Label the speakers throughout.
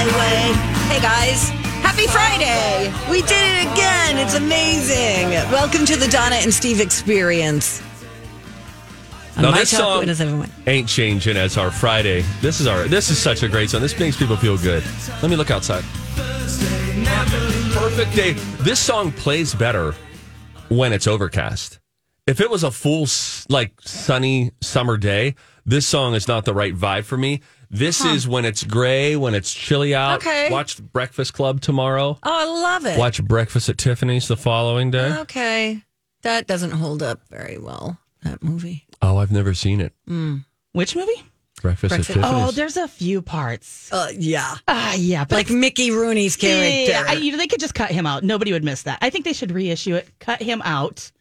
Speaker 1: Anyway, hey guys. Happy Friday! We did it again. It's amazing. Welcome to the Donna and Steve experience. On
Speaker 2: Now,
Speaker 1: my
Speaker 2: this um,
Speaker 1: talk
Speaker 2: song-
Speaker 1: 107.1.
Speaker 2: Ain't changing as our Friday. This is our. This is such a great song. This makes people feel good. Let me look outside. Perfect day. This song plays better when it's overcast. If it was a full s- like sunny summer day, this song is not the right vibe for me. This is when it's gray, when it's chilly out.
Speaker 1: Okay.
Speaker 2: Watch Breakfast Club tomorrow.
Speaker 1: Oh, I love it.
Speaker 2: Watch Breakfast at Tiffany's the following day.
Speaker 1: Uh, Okay. That doesn't hold up very well, that movie.
Speaker 2: Oh, I've never seen it.
Speaker 3: Which movie?
Speaker 2: Breakfast,
Speaker 1: Breakfast-
Speaker 2: at
Speaker 3: Oh,
Speaker 2: Tiffany's.
Speaker 3: there's a few parts.
Speaker 1: Uh, yeah.
Speaker 3: Ah, yeah, but
Speaker 1: Like Mickey Rooney's character.
Speaker 3: Yeah, I, you know, they could just cut him out. Nobody would miss that. I think they should reissue it. Cut him out.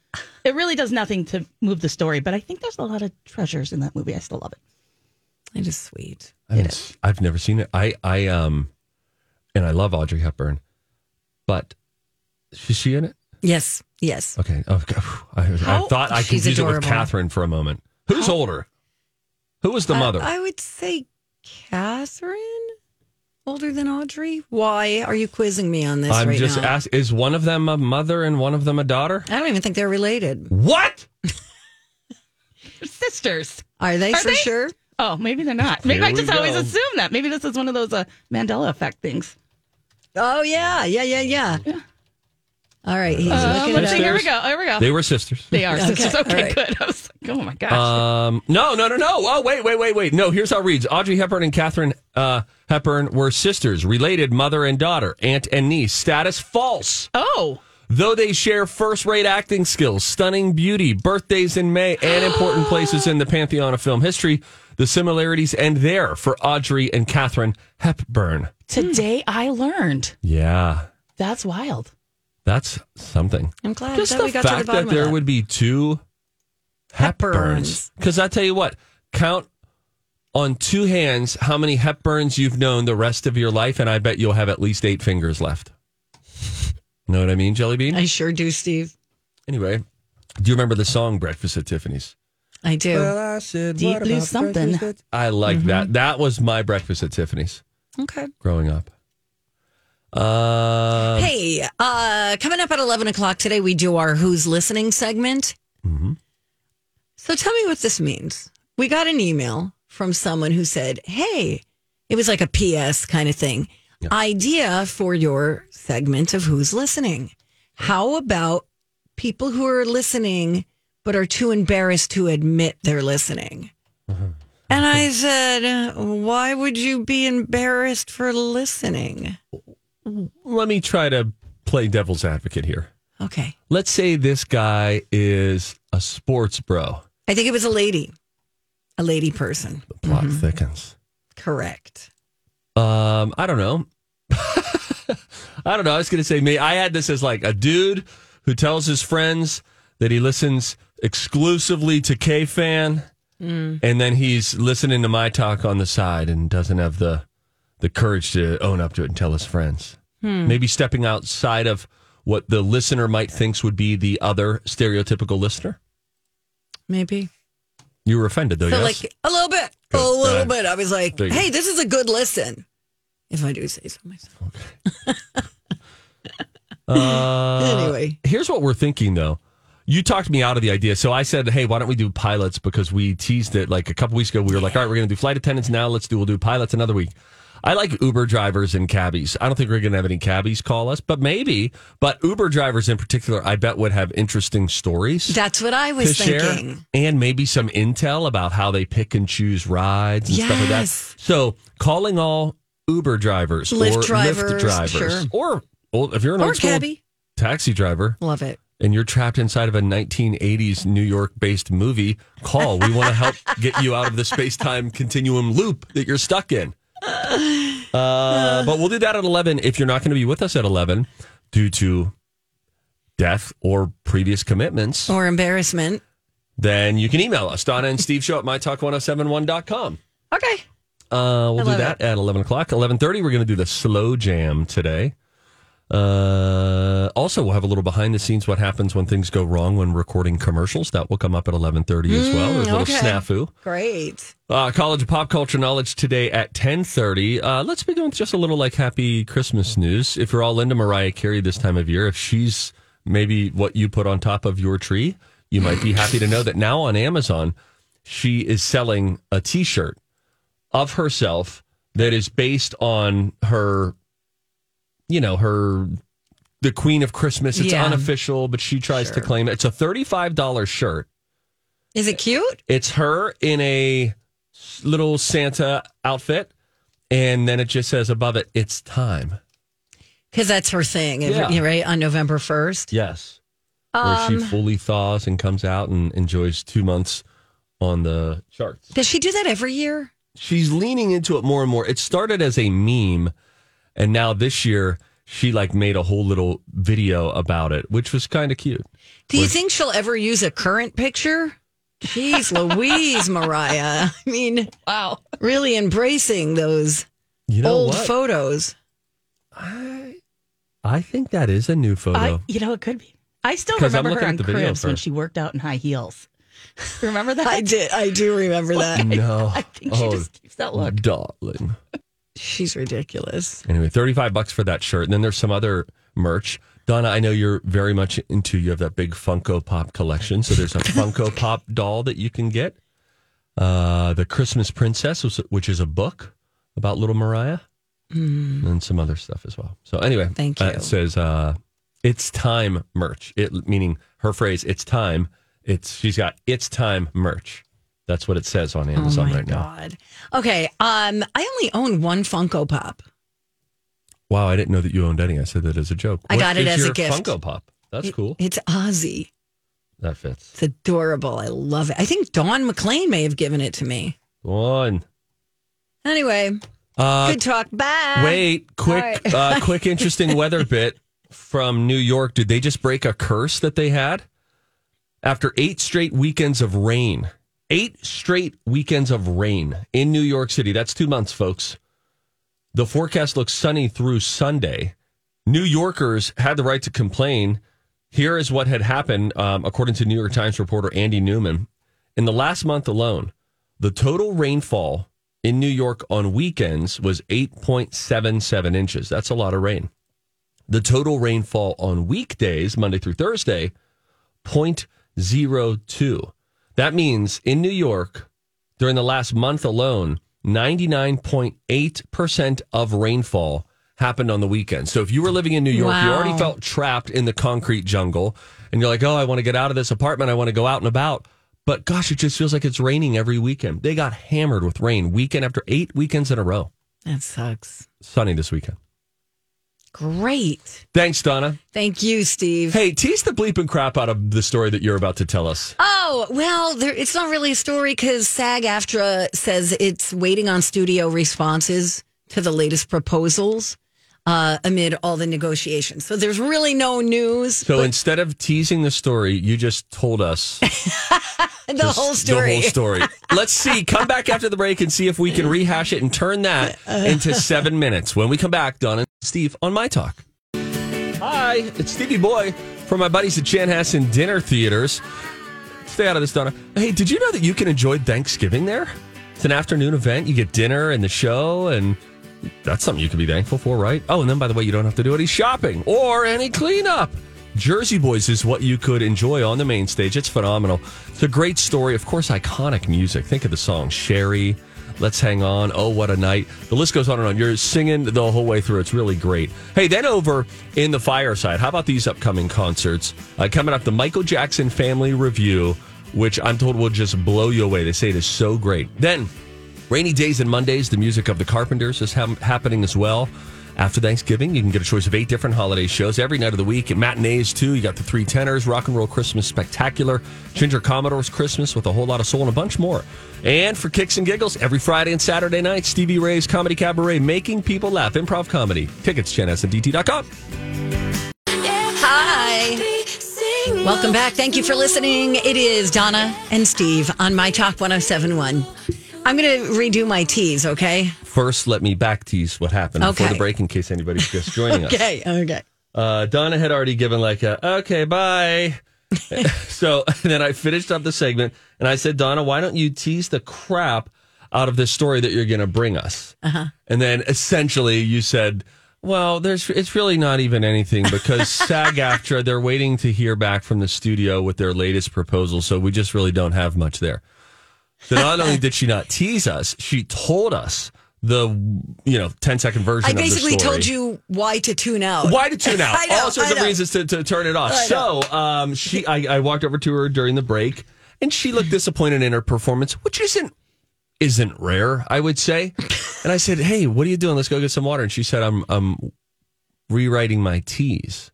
Speaker 3: It really does nothing to move the story, but I think there's a lot of treasures in that movie. I still love it.
Speaker 1: it is sweet.
Speaker 2: I haven't s- I've never seen it. I, I, um, and I love Audrey Hepburn, but is she in it?
Speaker 1: Yes. Yes.
Speaker 2: Okay. Oh, g- I, I
Speaker 3: How-
Speaker 2: thought I
Speaker 1: She's
Speaker 2: confused it with
Speaker 1: adorable.
Speaker 2: Catherine for a moment. Who's older? Who was the mother?
Speaker 1: I, I would say Catherine, older than Audrey. Why are you quizzing me on this
Speaker 2: I'm
Speaker 1: right
Speaker 2: just
Speaker 1: now?
Speaker 2: ask. Is one of them a mother and one of them a daughter?
Speaker 1: I don't even think they're related.
Speaker 2: What?
Speaker 3: They're sisters.
Speaker 1: Are they
Speaker 3: Are
Speaker 1: for
Speaker 3: they?
Speaker 1: sure?
Speaker 3: Oh, maybe they're not. Maybe
Speaker 2: Here
Speaker 3: I
Speaker 2: we
Speaker 3: just always
Speaker 2: go.
Speaker 3: assume that. Maybe this is one of those uh, Mandela effect things.
Speaker 1: Oh yeah, yeah, yeah, yeah. All right, he's
Speaker 3: Uh,
Speaker 1: looking it
Speaker 3: let's
Speaker 1: up.
Speaker 3: see. Here we go. Here we go.
Speaker 2: They were sisters.
Speaker 3: They are sisters.
Speaker 1: Okay, all
Speaker 3: Okay,
Speaker 1: right.
Speaker 3: good. I was like, oh my gosh.
Speaker 2: Um, no, no, no, no. Oh, wait, wait, wait, wait. No, here's how it reads. Audrey Hepburn and Catherine uh, Hepburn were sisters, related mother and daughter, aunt and niece. Status false.
Speaker 3: oh,
Speaker 2: Though they share first rate acting skills, stunning beauty, birthdays in May, and important places in the pantheon of film history, the similarities end there for Audrey and Catherine Hepburn.
Speaker 3: today I learned.
Speaker 2: Yeah,
Speaker 3: That's wild.
Speaker 2: that's something.
Speaker 1: I'm glad
Speaker 2: Just
Speaker 1: that
Speaker 2: the
Speaker 1: we got to the
Speaker 2: fact
Speaker 1: bottom
Speaker 2: that there
Speaker 1: of that.
Speaker 2: would be two Hepburns.
Speaker 1: Hepburns.
Speaker 2: Because I tell you what, count on two hands how many Hepburns you've known the rest of your life, and I bet you'll have at least eight fingers left. Know what I mean, Jelly Bean?
Speaker 1: I sure do, Steve.
Speaker 2: Anyway, do you remember the song Breakfast at Tiffany's?
Speaker 1: I do.
Speaker 2: I said,
Speaker 3: Deep "What blue about something." breakfast
Speaker 2: I like that. That was my breakfast at Tiffany's
Speaker 1: okay.
Speaker 2: growing up. Uh,
Speaker 1: hey, uh, coming up at eleven o'clock today, we do our "Who's Listening" segment. So tell me what this means. We got an email from someone who said, "Hey, it was like a PS kind of thing. Idea for your segment of who's listening. How about people who are listening but are too embarrassed to admit they're listening?" And I said, "Why would you be embarrassed for listening?"
Speaker 2: Let me try to play devil's advocate here.
Speaker 1: Okay.
Speaker 2: Let's say this guy is a sports bro.
Speaker 1: I think it was a lady. A lady person.
Speaker 2: The plot thickens.
Speaker 1: Correct.
Speaker 2: Um, I don't know. I don't know. I was going to say me. I had this as like a dude who tells his friends that he listens exclusively to K Fan,
Speaker 1: Mm.
Speaker 2: and then he's listening to my talk on the side and doesn't have the the courage to own up to it and tell his friends.
Speaker 1: Hmm.
Speaker 2: Maybe stepping outside of what the listener might thinks would be the other stereotypical listener.
Speaker 1: Maybe.
Speaker 2: You were offended though,
Speaker 1: So
Speaker 2: yes?
Speaker 1: like a little bit.
Speaker 2: Good.
Speaker 1: A little
Speaker 2: Uh,
Speaker 1: bit. I was like,
Speaker 2: there you
Speaker 1: hey, this is a good listen. If I do say so myself.
Speaker 2: Uh,
Speaker 1: Anyway.
Speaker 2: here's what we're thinking though. You talked me out of the idea, so I said, "Hey, why don't we do pilots?" Because we teased it like a couple weeks ago. We were like, "All right, we're going to do flight attendants now. Let's do we'll do pilots another week." I like Uber drivers and cabbies. I don't think we're going to have any cabbies call us, but maybe. But Uber drivers in particular, I bet would have interesting stories
Speaker 1: That's what I
Speaker 2: to
Speaker 1: was thinking.
Speaker 2: share and maybe some intel about how they pick and choose rides and stuff like that.
Speaker 1: Yes.
Speaker 2: So calling all Uber drivers
Speaker 1: Lyft
Speaker 2: or Lyft
Speaker 1: drivers,
Speaker 2: drivers
Speaker 1: sure.
Speaker 2: or well, if you're an
Speaker 1: Or
Speaker 2: old school
Speaker 1: cabbie.
Speaker 2: taxi driver
Speaker 1: Love it.
Speaker 2: and you're trapped inside of a 1980s New York based movie, call. We want to help get you out of the space time continuum loop that you're stuck in. Uh, but we'll do that at 11 if you're not going to be with us at 11 due to death or previous commitments
Speaker 1: Or embarrassment.
Speaker 2: then you can email us, Donna and Steve Show at mytalk1071.com.
Speaker 1: Okay.
Speaker 2: Uh, we'll do
Speaker 1: love
Speaker 2: that at 11 o'clock. 11.30, we're going to do the slow jam today. Uh, also, we'll have a little behind the scenes what happens when things go wrong when recording commercials. That will come up at 11:30 as well. There's a little
Speaker 1: Mm, okay.
Speaker 2: snafu.
Speaker 1: Great.
Speaker 2: Uh, College of Pop Culture Knowledge today at 10:30. Uh, let's begin with just a little like happy Christmas news. If you're all into Mariah Carey this time of year, if she's maybe what you put on top of your tree, you might be happy to know that now on Amazon, she is selling a T-shirt of herself that is based on her, you know, her the Queen of Christmas. It's
Speaker 1: Yeah.
Speaker 2: unofficial, but she tries to claim it. It's a thirty-five dollar shirt.
Speaker 1: Is it cute?
Speaker 2: It's her in a s- little Santa outfit, and then it just says above it, "It's time."
Speaker 1: Because that's her thing, every-
Speaker 2: Yeah.
Speaker 1: right? On November 1st.
Speaker 2: Yes,
Speaker 3: Um,
Speaker 2: where she fully thaws and comes out and enjoys two months on the charts.
Speaker 1: Does she do that every year?
Speaker 2: She's leaning into it more and more. It started as a meme, and now this year she like made a whole little video about it, which was kind of cute.
Speaker 1: Do you think she'll ever use a current picture? Jeez Louise, Mariah. I mean,
Speaker 3: Wow.
Speaker 1: really embracing those
Speaker 2: You know
Speaker 1: old
Speaker 2: what?
Speaker 1: photos.
Speaker 2: I think that is a new photo.
Speaker 3: I, you know, it could be. I still
Speaker 2: 'Cause I'm
Speaker 3: remember her
Speaker 2: looking at
Speaker 3: on
Speaker 2: the video
Speaker 3: Cribs
Speaker 2: for-
Speaker 3: when she worked out in high heels. remember that?
Speaker 1: I did. I do remember that.
Speaker 2: no,
Speaker 3: I think she just keeps that
Speaker 2: oh,
Speaker 3: look.
Speaker 2: darling.
Speaker 1: She's ridiculous.
Speaker 2: Anyway, 35 bucks for that shirt. And then there's some other merch. Donna, I know you're very much into you have that big Funko Pop collection. So there's a Funko Pop doll that you can get. Uh, the Christmas Princess, which- which is a book about little Mariah.
Speaker 1: Hmm.
Speaker 2: And some other stuff as well. So anyway,
Speaker 1: Thank
Speaker 2: uh,
Speaker 1: you.
Speaker 2: it says uh, it's time merch. It meaning her phrase, it's time. It's she's got it's time merch. That's what it says on Amazon right now.
Speaker 1: Oh God. Okay. Um, I only own one Funko Pop.
Speaker 2: Wow, I didn't know that you owned any. I said that as a joke.
Speaker 1: I got it
Speaker 2: is
Speaker 1: as a
Speaker 2: your
Speaker 1: gift.
Speaker 2: Funko Pop. That's
Speaker 1: It-
Speaker 2: cool.
Speaker 1: It's Ozzy.
Speaker 2: That fits.
Speaker 1: It's adorable. I love it. I think Dawn McLean may have given it to me.
Speaker 2: One.
Speaker 1: Anyway,
Speaker 2: Uh,
Speaker 1: good talk. Bye.
Speaker 2: wait, quick,
Speaker 1: All
Speaker 2: uh, quick, interesting weather bit from New York. Did they just break a curse that they had after eight straight weekends of rain? Eight straight weekends of rain in New York City. That's two months, folks. The forecast looks sunny through Sunday. New Yorkers had the right to complain. Here is what had happened, um, according to New York Times reporter Andy Newman. In the last month alone, the total rainfall in New York on weekends was 8.77 inches. That's a lot of rain. The total rainfall on weekdays, Monday through Thursday, 0.02. That means in New York, during the last month alone, 99.8% of rainfall happened on the weekend. So if you were living in New York, you
Speaker 1: Wow.
Speaker 2: already felt trapped in the concrete jungle and you're like, oh, I want to get out of this apartment. I want to go out and about. But gosh, it just feels like it's raining every weekend. They got hammered with rain weekend after eight weekends in a row.
Speaker 1: That sucks.
Speaker 2: Sunny this weekend.
Speaker 1: Great.
Speaker 2: Thanks, Donna.
Speaker 1: Thank you, Steve.
Speaker 2: Hey, tease the bleeping crap out of the story that you're about to tell us.
Speaker 1: Oh, well, there, it's not really a story because SAG AFTRA says it's waiting on studio responses to the latest proposals uh, amid all the negotiations. So there's really no news.
Speaker 2: So instead of teasing the story, you just told us
Speaker 1: the whole story.
Speaker 2: The whole story. Let's see. Come back after the break and see if we can rehash it and turn that
Speaker 1: Uh.
Speaker 2: into seven minutes. When we come back, Don and Steve on My Talk. Hi, it's Stevie Boy from my buddies at Chanhassen Dinner Theaters. Stay out of this, Donna. Hey, did you know that you can enjoy Thanksgiving there? It's an afternoon event. You get dinner and the show, and that's something you can be thankful for, right? Oh, and then by the way, you don't have to do any shopping or any cleanup. Jersey Boys is what you could enjoy on the main stage. It's phenomenal. It's a great story. Of course, iconic music. Think of the song Sherry, Let's Hang On, Oh, What a Night. The list goes on and on. You're singing the whole way through. It's really great. Hey, then over in the fireside, how about these upcoming concerts? Uh, coming up, the Michael Jackson Family Review, which I'm told will just blow you away. They say it is so great. Then Rainy Days and Mondays, the music of the Carpenters is ha- happening as well. After Thanksgiving, you can get a choice of eight different holiday shows every night of the week. And matinees, too. You got the Three Tenors, Rock and Roll Christmas Spectacular, Ginger Commodore's Christmas with a whole lot of soul and a bunch more. And for kicks and giggles, every Friday and Saturday night, Stevie Ray's Comedy Cabaret, making people laugh, improv comedy. Tickets, chansndt.com.
Speaker 1: Hi. Welcome back. Thank you for listening. It is Donna and Steve on My Talk 1071. I'm going to redo my teas, okay?
Speaker 2: First, let me back tease what happened before
Speaker 1: Okay.
Speaker 2: the break in case anybody's just joining us.
Speaker 1: Okay. Okay.
Speaker 2: Uh, Donna had already given like a okay, bye. so then I finished up the segment and I said, Donna, why don't you tease the crap out of this story that you're going to bring us?
Speaker 1: Uh-huh.
Speaker 2: And then essentially you said, well, there's it's really not even anything because SAG-AFTRA they're waiting to hear back from the studio with their latest proposal, so we just really don't have much there. So not only did she not tease us, she told us the you know 10 second version.
Speaker 1: I
Speaker 2: of the
Speaker 1: basically
Speaker 2: story.
Speaker 1: told you why to tune out.
Speaker 2: Why to tune out?
Speaker 1: I know,
Speaker 2: All sorts
Speaker 1: I
Speaker 2: of
Speaker 1: know.
Speaker 2: reasons to, to turn it off.
Speaker 1: I
Speaker 2: So um, she, I, I walked over to her during the break, and she looked disappointed in her performance, which isn't isn't rare, I would say. And I said, "Hey, what are you doing? Let's go get some water." And she said, "I'm I'm rewriting my teas."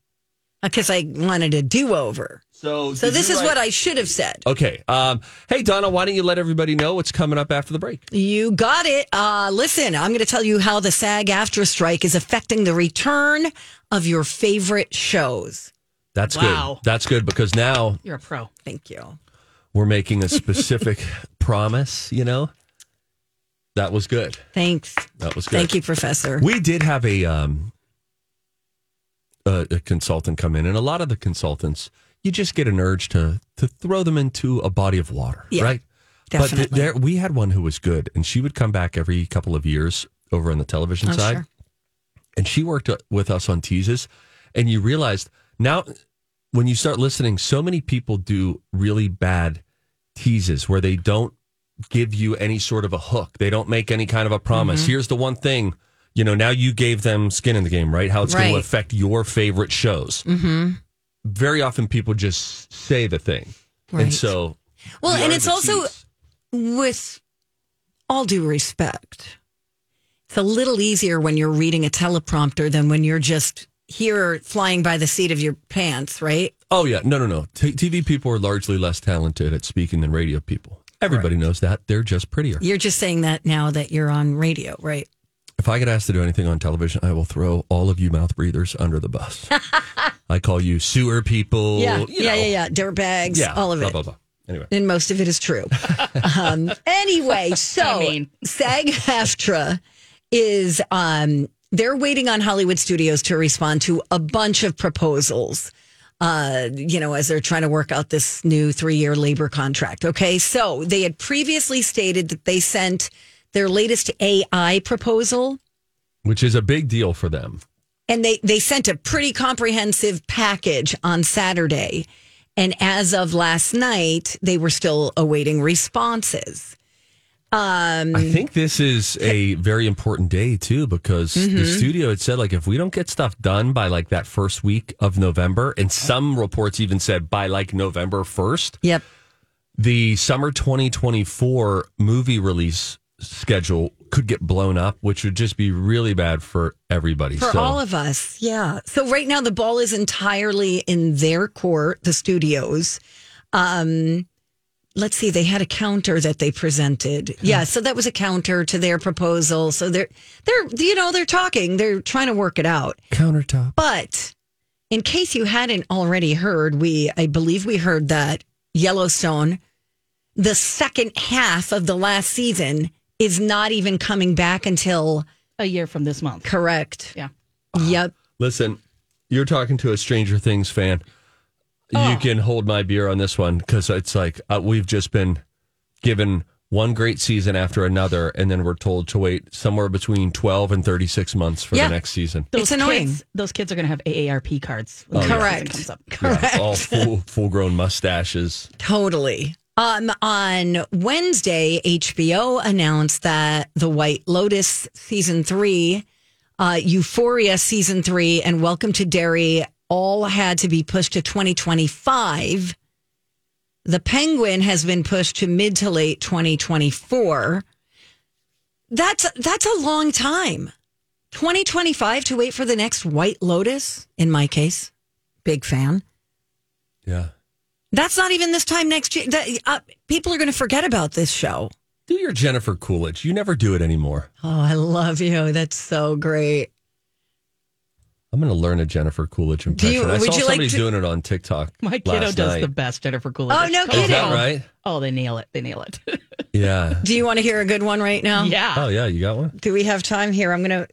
Speaker 1: Because Uh, I wanted a do over.
Speaker 2: So
Speaker 1: So this is what I should have said.
Speaker 2: Okay. Um, hey, Donna, why don't you let everybody know what's coming up after the break?
Speaker 1: You got it. Uh, listen, I'm going to tell you how the SAG after strike is affecting the return of your favorite shows.
Speaker 2: That's
Speaker 3: Wow.
Speaker 2: good. That's good because now
Speaker 3: You're a pro.
Speaker 1: Thank you.
Speaker 2: we're making a specific promise. You know, that was good.
Speaker 1: Thanks.
Speaker 2: That was good.
Speaker 1: Thank you, Professor.
Speaker 2: We did have a um a, a consultant come in, and a lot of the consultants, you just get an urge to to throw them into a body of water,
Speaker 1: Yeah,
Speaker 2: right? But
Speaker 1: definitely.
Speaker 2: th- there, we had one who was good, and she would come back every couple of years over on the television
Speaker 1: Oh,
Speaker 2: side,
Speaker 1: sure.
Speaker 2: and she worked uh, with us on teases, and you realized now when you start listening, so many people do really bad teases where they don't give you any sort of a hook. They don't make any kind of a promise.
Speaker 1: Mm-hmm.
Speaker 2: Here's the one thing. You know, now you gave them skin in the game, right? How it's going to
Speaker 1: Right.
Speaker 2: affect your favorite shows. Mm-hmm. Very often people just say the thing. And
Speaker 1: Right.
Speaker 2: so.
Speaker 1: Well,
Speaker 2: we
Speaker 1: and
Speaker 2: are
Speaker 1: it's
Speaker 2: the
Speaker 1: also-
Speaker 2: tease.
Speaker 1: with all due respect, it's a little easier when you're reading a teleprompter than when you're just here flying by the seat of your pants, right?
Speaker 2: Oh, yeah. No, no, no. T- TV people are largely less talented at speaking than radio people. Everybody knows that. They're just prettier.
Speaker 1: You're just saying that now that you're on radio, right?
Speaker 2: If I get asked to do anything on television, I will throw all of you mouth breathers under the bus. I call you sewer people.
Speaker 1: yeah,
Speaker 2: you
Speaker 1: yeah,
Speaker 2: know.
Speaker 1: yeah, yeah. Dirt bags,
Speaker 2: Yeah,
Speaker 1: all of
Speaker 2: blah,
Speaker 1: it.
Speaker 2: Blah, blah. Anyway,
Speaker 1: And most of it is true. um, anyway, so
Speaker 3: I mean.
Speaker 1: SAG AFTRA is, um, they're waiting on Hollywood studios to respond to a bunch of proposals, uh, you know, as they're trying to work out this new three year labor contract. Okay. So they had previously stated that they sent their latest AI proposal
Speaker 2: which is a big deal for them.
Speaker 1: and they they sent a pretty comprehensive package on Saturday. And as of last night, they were still awaiting responses. Um,
Speaker 2: I think this is a very important day too because the
Speaker 1: Mm-hmm.
Speaker 2: studio had said like if we don't get stuff done by like that first week of November, and some reports even said by like November first,
Speaker 1: yep.
Speaker 2: the summer 2024 movie release schedule could get blown up, which would just be really bad for everybody.
Speaker 1: For
Speaker 2: so
Speaker 1: all of us. Yeah. So right now, the ball is entirely in their court, the studios. Um, let's see, they had a counter that they presented. Yeah. So that was a counter to their proposal. So they're, they're, you know, they're talking, they're trying to work it out.
Speaker 2: countertop.
Speaker 1: But in case you hadn't already heard, we I believe we heard that Yellowstone, the second half of the last season, is not even coming back until
Speaker 3: A year from this month.
Speaker 1: correct.
Speaker 3: Yeah.
Speaker 1: Yep.
Speaker 2: Listen, you're talking to a Stranger Things fan.
Speaker 1: Oh.
Speaker 2: You can hold my beer on this one because it's like uh, we've just been given one great season after another, and then we're told to wait somewhere between 12 and 36 months for
Speaker 1: Yeah.
Speaker 2: the next season.
Speaker 1: It's annoying.
Speaker 3: Kids, those kids are going to have AARP cards. when
Speaker 1: Oh,
Speaker 3: the season
Speaker 1: Correct.
Speaker 3: comes up.
Speaker 1: Correct.
Speaker 2: all full full grown mustaches.
Speaker 1: Totally. Um, on Wednesday, HBO announced that The White Lotus season three, uh, Euphoria season three, and Welcome to Derry all had to be pushed to 2025. The Penguin has been pushed to mid to late 2024. That's that's a long time. 2025 to wait for the next White Lotus. In my case, big fan.
Speaker 2: Yeah.
Speaker 1: That's not even this time next year. That, uh, people are going to forget about this show.
Speaker 2: Do your Jennifer Coolidge. You never do it anymore.
Speaker 1: Oh, I love you. That's so great.
Speaker 2: I'm going to learn a Jennifer Coolidge
Speaker 1: Do
Speaker 2: impression.
Speaker 1: you-
Speaker 2: I
Speaker 1: would
Speaker 2: saw
Speaker 1: you like
Speaker 2: somebody
Speaker 1: to-
Speaker 2: doing it on TikTok.
Speaker 3: My kiddo
Speaker 2: last
Speaker 3: does
Speaker 2: night.
Speaker 3: the best Jennifer Coolidge.
Speaker 1: Oh, no
Speaker 3: It's
Speaker 1: kidding.
Speaker 2: Is that
Speaker 3: awesome.
Speaker 2: right?
Speaker 3: Oh, they nail it. They nail it.
Speaker 2: Yeah.
Speaker 1: Do you want to hear a good one right now?
Speaker 3: yeah.
Speaker 2: Oh yeah, you got one.
Speaker 1: Do we have time here? I'm going to,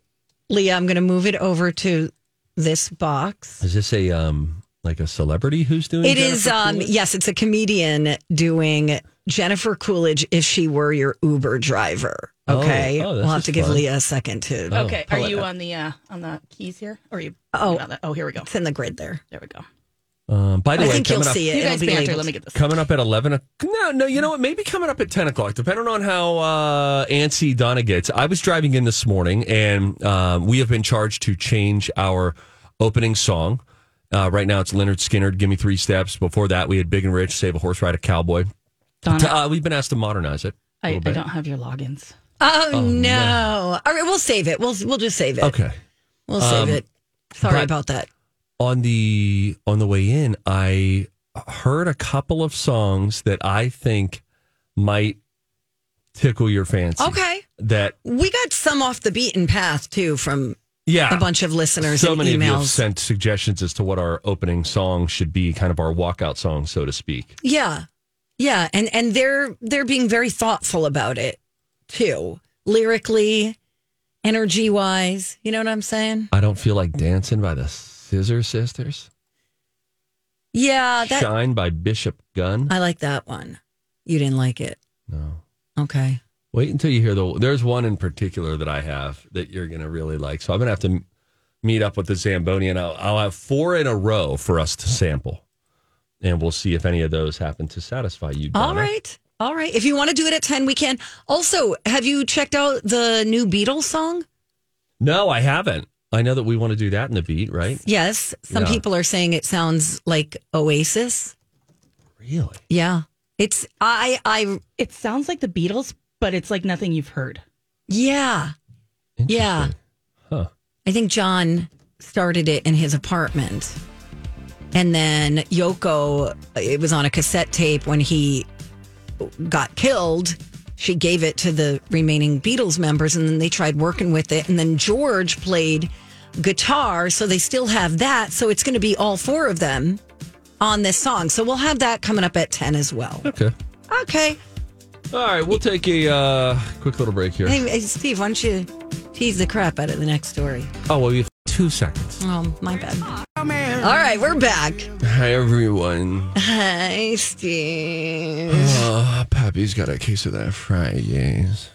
Speaker 1: Leah, I'm going to move it over to this box.
Speaker 2: Is this a um like a celebrity who's doing
Speaker 1: It is,
Speaker 2: Jennifer
Speaker 1: um,
Speaker 2: Coolidge?
Speaker 1: yes, it's a comedian doing Jennifer Coolidge if she were your Uber driver.
Speaker 2: Oh,
Speaker 1: Okay.
Speaker 2: oh, this
Speaker 1: we'll have
Speaker 2: is
Speaker 1: to give
Speaker 2: fun.
Speaker 1: Leah a second to.
Speaker 2: Oh,
Speaker 3: okay,
Speaker 1: pull
Speaker 3: are
Speaker 1: it
Speaker 3: you
Speaker 1: up.
Speaker 3: on the uh, on the keys here? Or are you?
Speaker 1: Oh.
Speaker 3: on the- oh, here we go.
Speaker 1: It's in the grid there.
Speaker 3: There we go.
Speaker 2: Um, by the
Speaker 1: I
Speaker 2: way,
Speaker 1: think you'll
Speaker 2: coming up,
Speaker 1: see it.
Speaker 3: You
Speaker 1: It'll
Speaker 3: guys
Speaker 1: be
Speaker 3: banter.
Speaker 1: labeled.
Speaker 3: Let me get this.
Speaker 2: coming up at eleven. o- No, no, you know what? Maybe coming up at ten o'clock, depending on how uh, antsy Donna gets. I was driving in this morning, and um, we have been charged to change our opening song. Uh, right now, it's Leonard Skinner. Give me three steps. Before that, we had Big and Rich, Save a Horse, Ride a Cowboy.
Speaker 3: Donna,
Speaker 2: Uh, we've been asked to modernize it. a
Speaker 3: I, I
Speaker 2: little bit.
Speaker 3: don't have your logins.
Speaker 1: Oh, no.
Speaker 2: no.
Speaker 1: All right, we'll save it. We'll we'll just save it.
Speaker 2: Okay.
Speaker 1: We'll save
Speaker 2: Um,
Speaker 1: it. Sorry
Speaker 2: but-
Speaker 1: about that.
Speaker 2: on the on the way in, I heard a couple of songs that I think might tickle your fancy.
Speaker 1: Okay.
Speaker 2: That
Speaker 1: We got some off the beaten path too from
Speaker 2: yeah,
Speaker 1: a bunch of listeners
Speaker 2: Ah, so
Speaker 1: and
Speaker 2: many of you
Speaker 1: emails.
Speaker 2: have sent suggestions as to what our opening song should be, kind of our walkout song, so to speak.
Speaker 1: yeah. Yeah, and and they're they're being very thoughtful about it too. Lyrically, energy-wise, you know what I'm saying?
Speaker 2: I don't feel like dancing by the Scissor Sisters.
Speaker 1: Yeah, Uh, that Uh,
Speaker 2: Shine by Bishop Gunn.
Speaker 1: I like that one. You didn't like it.
Speaker 2: no.
Speaker 1: Okay.
Speaker 2: Wait until you hear the. There's one in particular that I have that you're gonna really like. So I'm gonna have to m- meet up with the Zamboni, and I'll, I'll have four in a row for us to sample, and we'll see if any of those happen to satisfy you. Donna.
Speaker 1: All right. All right. If you want to do it at 10, we can. Also, have you checked out the new Beatles song?
Speaker 2: No, I haven't. I know that we want to do that in the beat, right?
Speaker 1: Yes. Some
Speaker 2: Yeah.
Speaker 1: people are saying it sounds like Oasis.
Speaker 2: Really?
Speaker 1: Yeah. It's I I
Speaker 3: It sounds like the Beatles, but it's like nothing you've heard.
Speaker 1: yeah. Yeah.
Speaker 2: Interesting. Huh.
Speaker 1: I think John started it in his apartment. And then Yoko it was on a cassette tape when he got killed. She gave it to the remaining Beatles members and then they tried working with it and then George played guitar so they still have that so it's going to be all four of them on this song. So we'll have that coming up at 10 as well.
Speaker 2: Okay.
Speaker 1: Okay.
Speaker 2: All right. We'll take a uh, quick little break here.
Speaker 1: Hey, hey, Steve, why don't you tease the crap out of the next story?
Speaker 2: Oh well, we have two seconds.
Speaker 1: Oh, my bad. All right, we're back.
Speaker 2: Hi everyone.
Speaker 1: Hi, Steve.
Speaker 2: Uh, Pappy's got a case of that Fridays.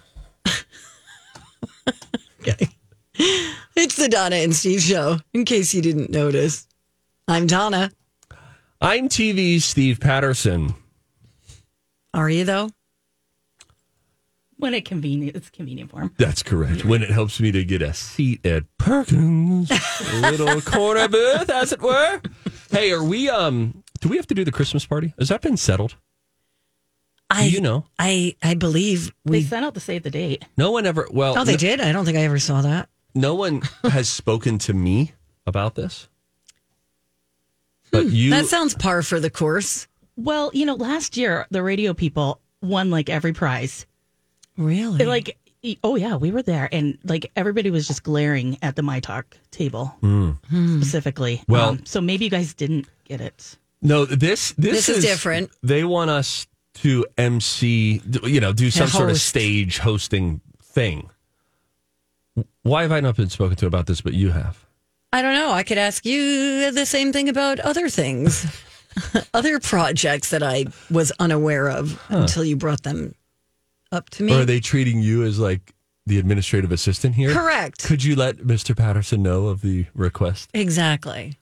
Speaker 1: It's the Donna and Steve show, in case you didn't notice. I'm Donna.
Speaker 2: I'm TV's Steve Patterson.
Speaker 1: Are you, though?
Speaker 3: When it convenient, it's convenient for him.
Speaker 2: That's correct. When it helps me to get a seat at Perkins, a little corner booth, as it were. Hey, are we? Um, do we have to do the Christmas party? Has that been settled?
Speaker 1: I,
Speaker 2: you know,
Speaker 1: I, I believe
Speaker 3: They
Speaker 1: we.
Speaker 3: sent out the save the date.
Speaker 2: no one ever. Well,
Speaker 1: Oh, they
Speaker 2: no,
Speaker 1: did? I don't think I ever saw that.
Speaker 2: no one has spoken to me about this. But you,
Speaker 1: Hmm. That sounds par for the course.
Speaker 3: Well, you know, last year the radio people won like every prize.
Speaker 1: Really?
Speaker 3: They, like, e- oh yeah, we were there, and like everybody was just glaring at the my talk table Hmm. specifically. Um,
Speaker 2: Well-
Speaker 3: so maybe you guys didn't get it.
Speaker 2: no, this this,
Speaker 1: This is different.
Speaker 2: They want us to MC, you know, do some sort of
Speaker 1: host.
Speaker 2: stage hosting thing. Why have I not been spoken to about this? But you have.
Speaker 1: I don't know. I could ask you the same thing about other things, other projects that I was unaware of until you brought them up to me.
Speaker 2: Or are they treating you as like the administrative assistant here?
Speaker 1: Correct.
Speaker 2: Could you let Mr. Patterson know of the request?
Speaker 1: Exactly.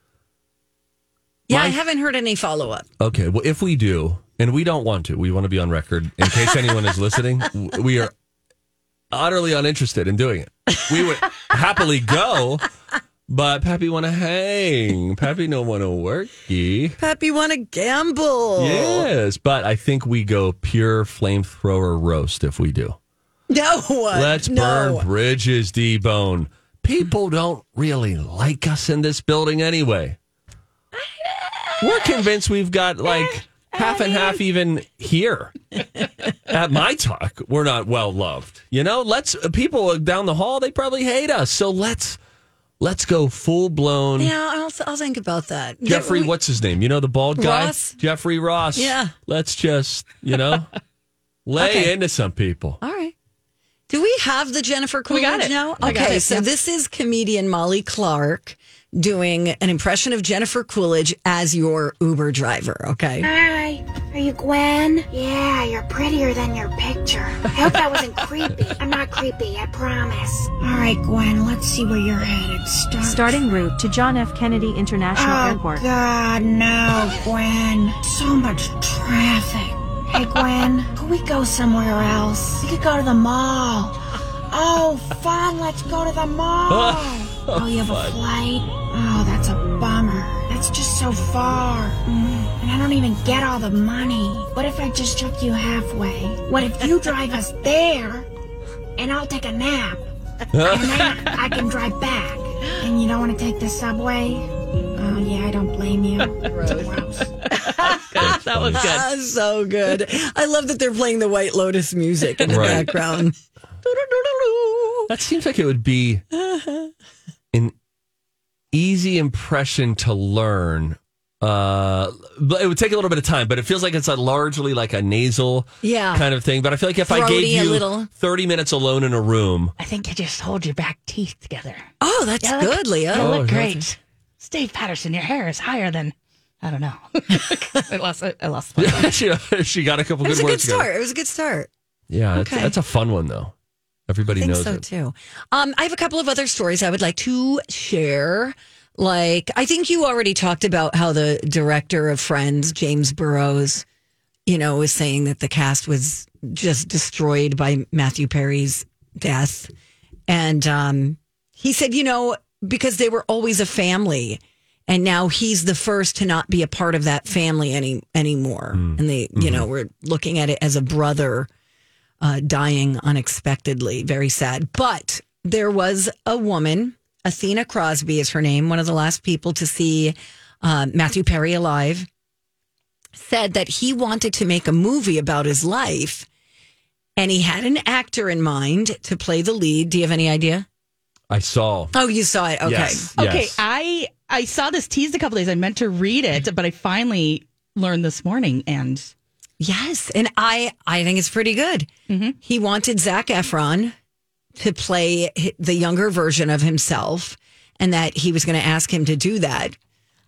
Speaker 1: Yeah,
Speaker 2: My-
Speaker 1: I haven't heard any follow up.
Speaker 2: Okay. Well, if we do, and we don't want to, we want to be on record in case anyone is listening. w- We are utterly uninterested in doing it. We would happily go, but Pappy want to hang. Pappy don't want to worky.
Speaker 1: Pappy want to gamble.
Speaker 2: Yes, but I think we go pure flamethrower roast if we do.
Speaker 1: No one.
Speaker 2: Let's
Speaker 1: Uh, no.
Speaker 2: burn bridges, D Bone. People don't really like us in this building anyway. We're convinced we've got like half and half even here. At my talk, we're not well loved. You know, let's people down the hall, they probably hate us. So let's let's go full blown
Speaker 1: Yeah, I'll, I'll think about that.
Speaker 2: Jeffrey,
Speaker 1: Yeah, we-
Speaker 2: what's his name? You know the bald guy?
Speaker 1: Ross?
Speaker 2: Jeffrey Ross.
Speaker 1: Yeah.
Speaker 2: Let's just, you know, lay
Speaker 1: Okay.
Speaker 2: into some people.
Speaker 1: All right. Do we have the Jennifer Coolidge
Speaker 3: got it.
Speaker 1: now?
Speaker 3: I
Speaker 1: Okay,
Speaker 3: got it,
Speaker 1: so
Speaker 3: yeah.
Speaker 1: this is comedian Molly Clark doing an impression of Jennifer Coolidge as your Uber driver, okay?
Speaker 4: Hi. Are you Gwen? Yeah, you're prettier than your picture. I hope that wasn't creepy. I'm not creepy, I promise. All right, Gwen, let's see where you're headed. Start.
Speaker 5: Starting route to John F. Kennedy International
Speaker 4: Oh,
Speaker 5: Airport.
Speaker 4: God, no, Gwen. So much traffic. Hey, Gwen, could we go somewhere else? We could go to the mall. Oh, fun, let's go to the mall.
Speaker 2: Oh,
Speaker 4: Oh, you have a flight? Oh, that's a bummer. That's just so far. Mm, And I don't even get all the money. What if I just took you halfway? What if you drive us there and I'll take a nap? and then I can drive back. And you don't want to take the subway? Oh, yeah, I don't blame you. Gross.
Speaker 3: that was good.
Speaker 1: Ah, so good. I love that they're playing the White Lotus music in the
Speaker 2: Right.
Speaker 1: background.
Speaker 2: That seems like it would be an easy impression to learn. Uh, but it would take a little bit of time, but it feels like it's a largely like a nasal
Speaker 1: Yeah.
Speaker 2: kind of thing. But I feel like if I
Speaker 1: Throaty
Speaker 2: gave
Speaker 1: a
Speaker 2: you
Speaker 1: little.
Speaker 2: 30 minutes alone in a room,
Speaker 3: I think you just hold your back teeth together.
Speaker 1: Oh, that's
Speaker 3: Yeah, look-
Speaker 1: good, Leah.
Speaker 3: You look
Speaker 2: yeah.
Speaker 3: great. Steve Patterson, your hair is higher than I don't know. I lost. I lost. my-
Speaker 2: she, she got a couple
Speaker 1: It
Speaker 2: good
Speaker 1: was a good
Speaker 2: words. together.
Speaker 1: start. It was a good start.
Speaker 2: Yeah, that's,
Speaker 1: Okay.
Speaker 2: that's a fun one though. Everybody
Speaker 1: I think
Speaker 2: knows
Speaker 1: so
Speaker 2: it.
Speaker 1: too. Um, I have a couple of other stories I would like to share. Like, I think you already talked about how the director of Friends, James Burrows, you know, was saying that the cast was just destroyed by Matthew Perry's death. And um, he said, you know, because they were always a family. And now he's the first to not be a part of that family any anymore.
Speaker 2: Hmm.
Speaker 1: And they, you
Speaker 2: Mm-hmm.
Speaker 1: know, we're looking at it as a brother uh, dying unexpectedly. Very sad. But there was a woman, Athena Crosby is her name, one of the last people to see uh, Matthew Perry alive, said that he wanted to make a movie about his life. And he had an actor in mind to play the lead. Do you have any idea?
Speaker 2: I saw.
Speaker 1: Oh, you saw it. Okay. uh,
Speaker 2: Yes.
Speaker 3: Okay,
Speaker 2: Yes.
Speaker 3: I I saw this teased a couple days. I meant to read it, but I finally learned this morning, and
Speaker 1: Yes, and I I think it's pretty good. He wanted Zach Efron to play hi- the younger version of himself, and that he was going to ask him to do that,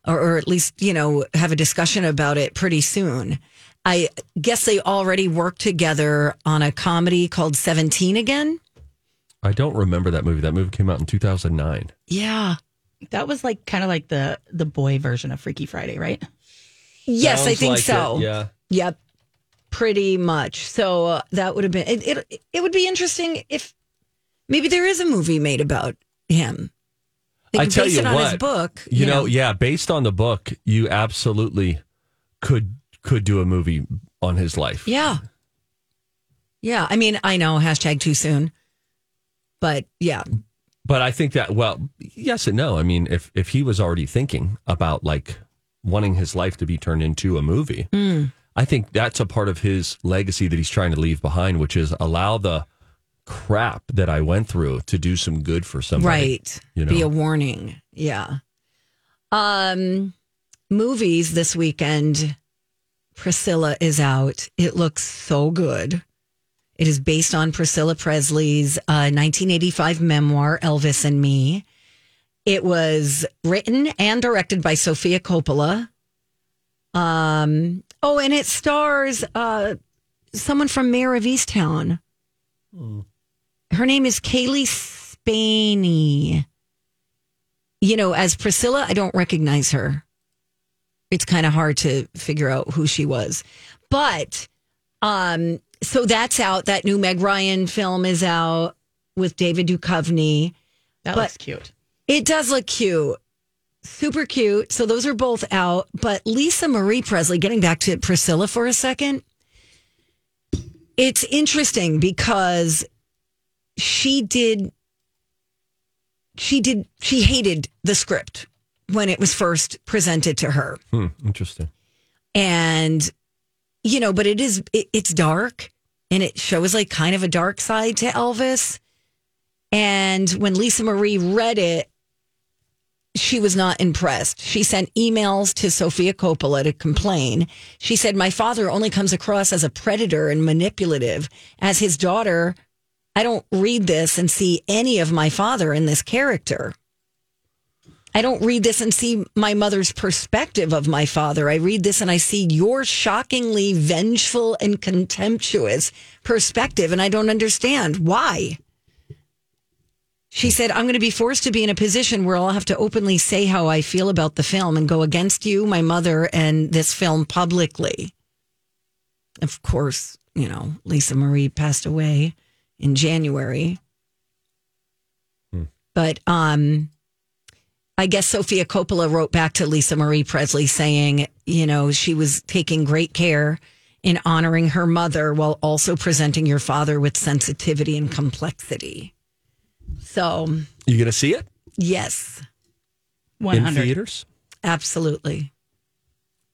Speaker 1: or, or at least you know have a discussion about it pretty soon. I guess they already worked together on a comedy called Seventeen Again.
Speaker 2: I don't remember that movie. That movie came out in 2009.
Speaker 1: Yeah.
Speaker 3: that was like kind of like the the boy version of Freaky Friday, right?
Speaker 1: Yes, I
Speaker 2: Sounds
Speaker 1: think
Speaker 2: like
Speaker 1: so.
Speaker 2: it, Yeah.
Speaker 1: Yep. Pretty much. So uh, that would have been it, it. It would be interesting if maybe there is a movie made about him. They
Speaker 2: I
Speaker 1: could
Speaker 2: tell
Speaker 1: base
Speaker 2: you
Speaker 1: it on his
Speaker 2: what,
Speaker 1: book.
Speaker 2: You, know, yeah, based on the book, you absolutely could could do a movie on his life.
Speaker 1: Yeah. Yeah. I mean, I know hashtag too soon, but yeah,
Speaker 2: But I think that well, yes and no. I mean, if if he was already thinking about like wanting his life to be turned into a movie, I think that's a part of his legacy that he's trying to leave behind, which is allow the crap that I went through to do some good for somebody.
Speaker 1: right.
Speaker 2: you
Speaker 1: Be
Speaker 2: know.
Speaker 1: a warning. Yeah. Um, movies this weekend. Priscilla is out. It looks so good. It is based on Priscilla Presley's uh, 1985 memoir, Elvis and Me. It was written and directed by Sofia Coppola. Um, oh, and it stars uh, someone from Mayor of Easttown. Her name is Kaylee Spaney. You know, as Priscilla, I don't recognize her. It's kind of hard to figure out who she was. But um, so that's out. That new Meg Ryan film is out with David Duchovny.
Speaker 3: That
Speaker 1: But-
Speaker 3: looks cute.
Speaker 1: It does look cute. Super cute. So those are both out. But Lisa Marie Presley, getting back to Priscilla for a second, it's interesting because she did, she did, she hated the script when it was first presented to her
Speaker 2: Hmm, interesting.
Speaker 1: and you know but it is it, it's dark and it shows like kind of a dark side to elvis and when lisa marie read it she was not impressed she sent emails to sophia coppola to complain she said my father only comes across as a predator and manipulative as his daughter i don't read this and see any of my father in this character I don't read this and see my mother's perspective of my father. I read this and I see your shockingly vengeful and contemptuous perspective, and I don't understand why. She said, I'm going to be forced to be in a position where I'll have to openly say how I feel about the film and go against you, my mother, and this film publicly. Of course, you know, Lisa Marie passed away in January. But um, I guess Sophia Coppola wrote back to Lisa Marie Presley saying, you know, she was taking great care in honoring her mother while also presenting your father with sensitivity and complexity. So,
Speaker 2: You going to see it
Speaker 1: yes,
Speaker 3: One
Speaker 2: in
Speaker 3: hundred.
Speaker 2: theaters?
Speaker 1: absolutely.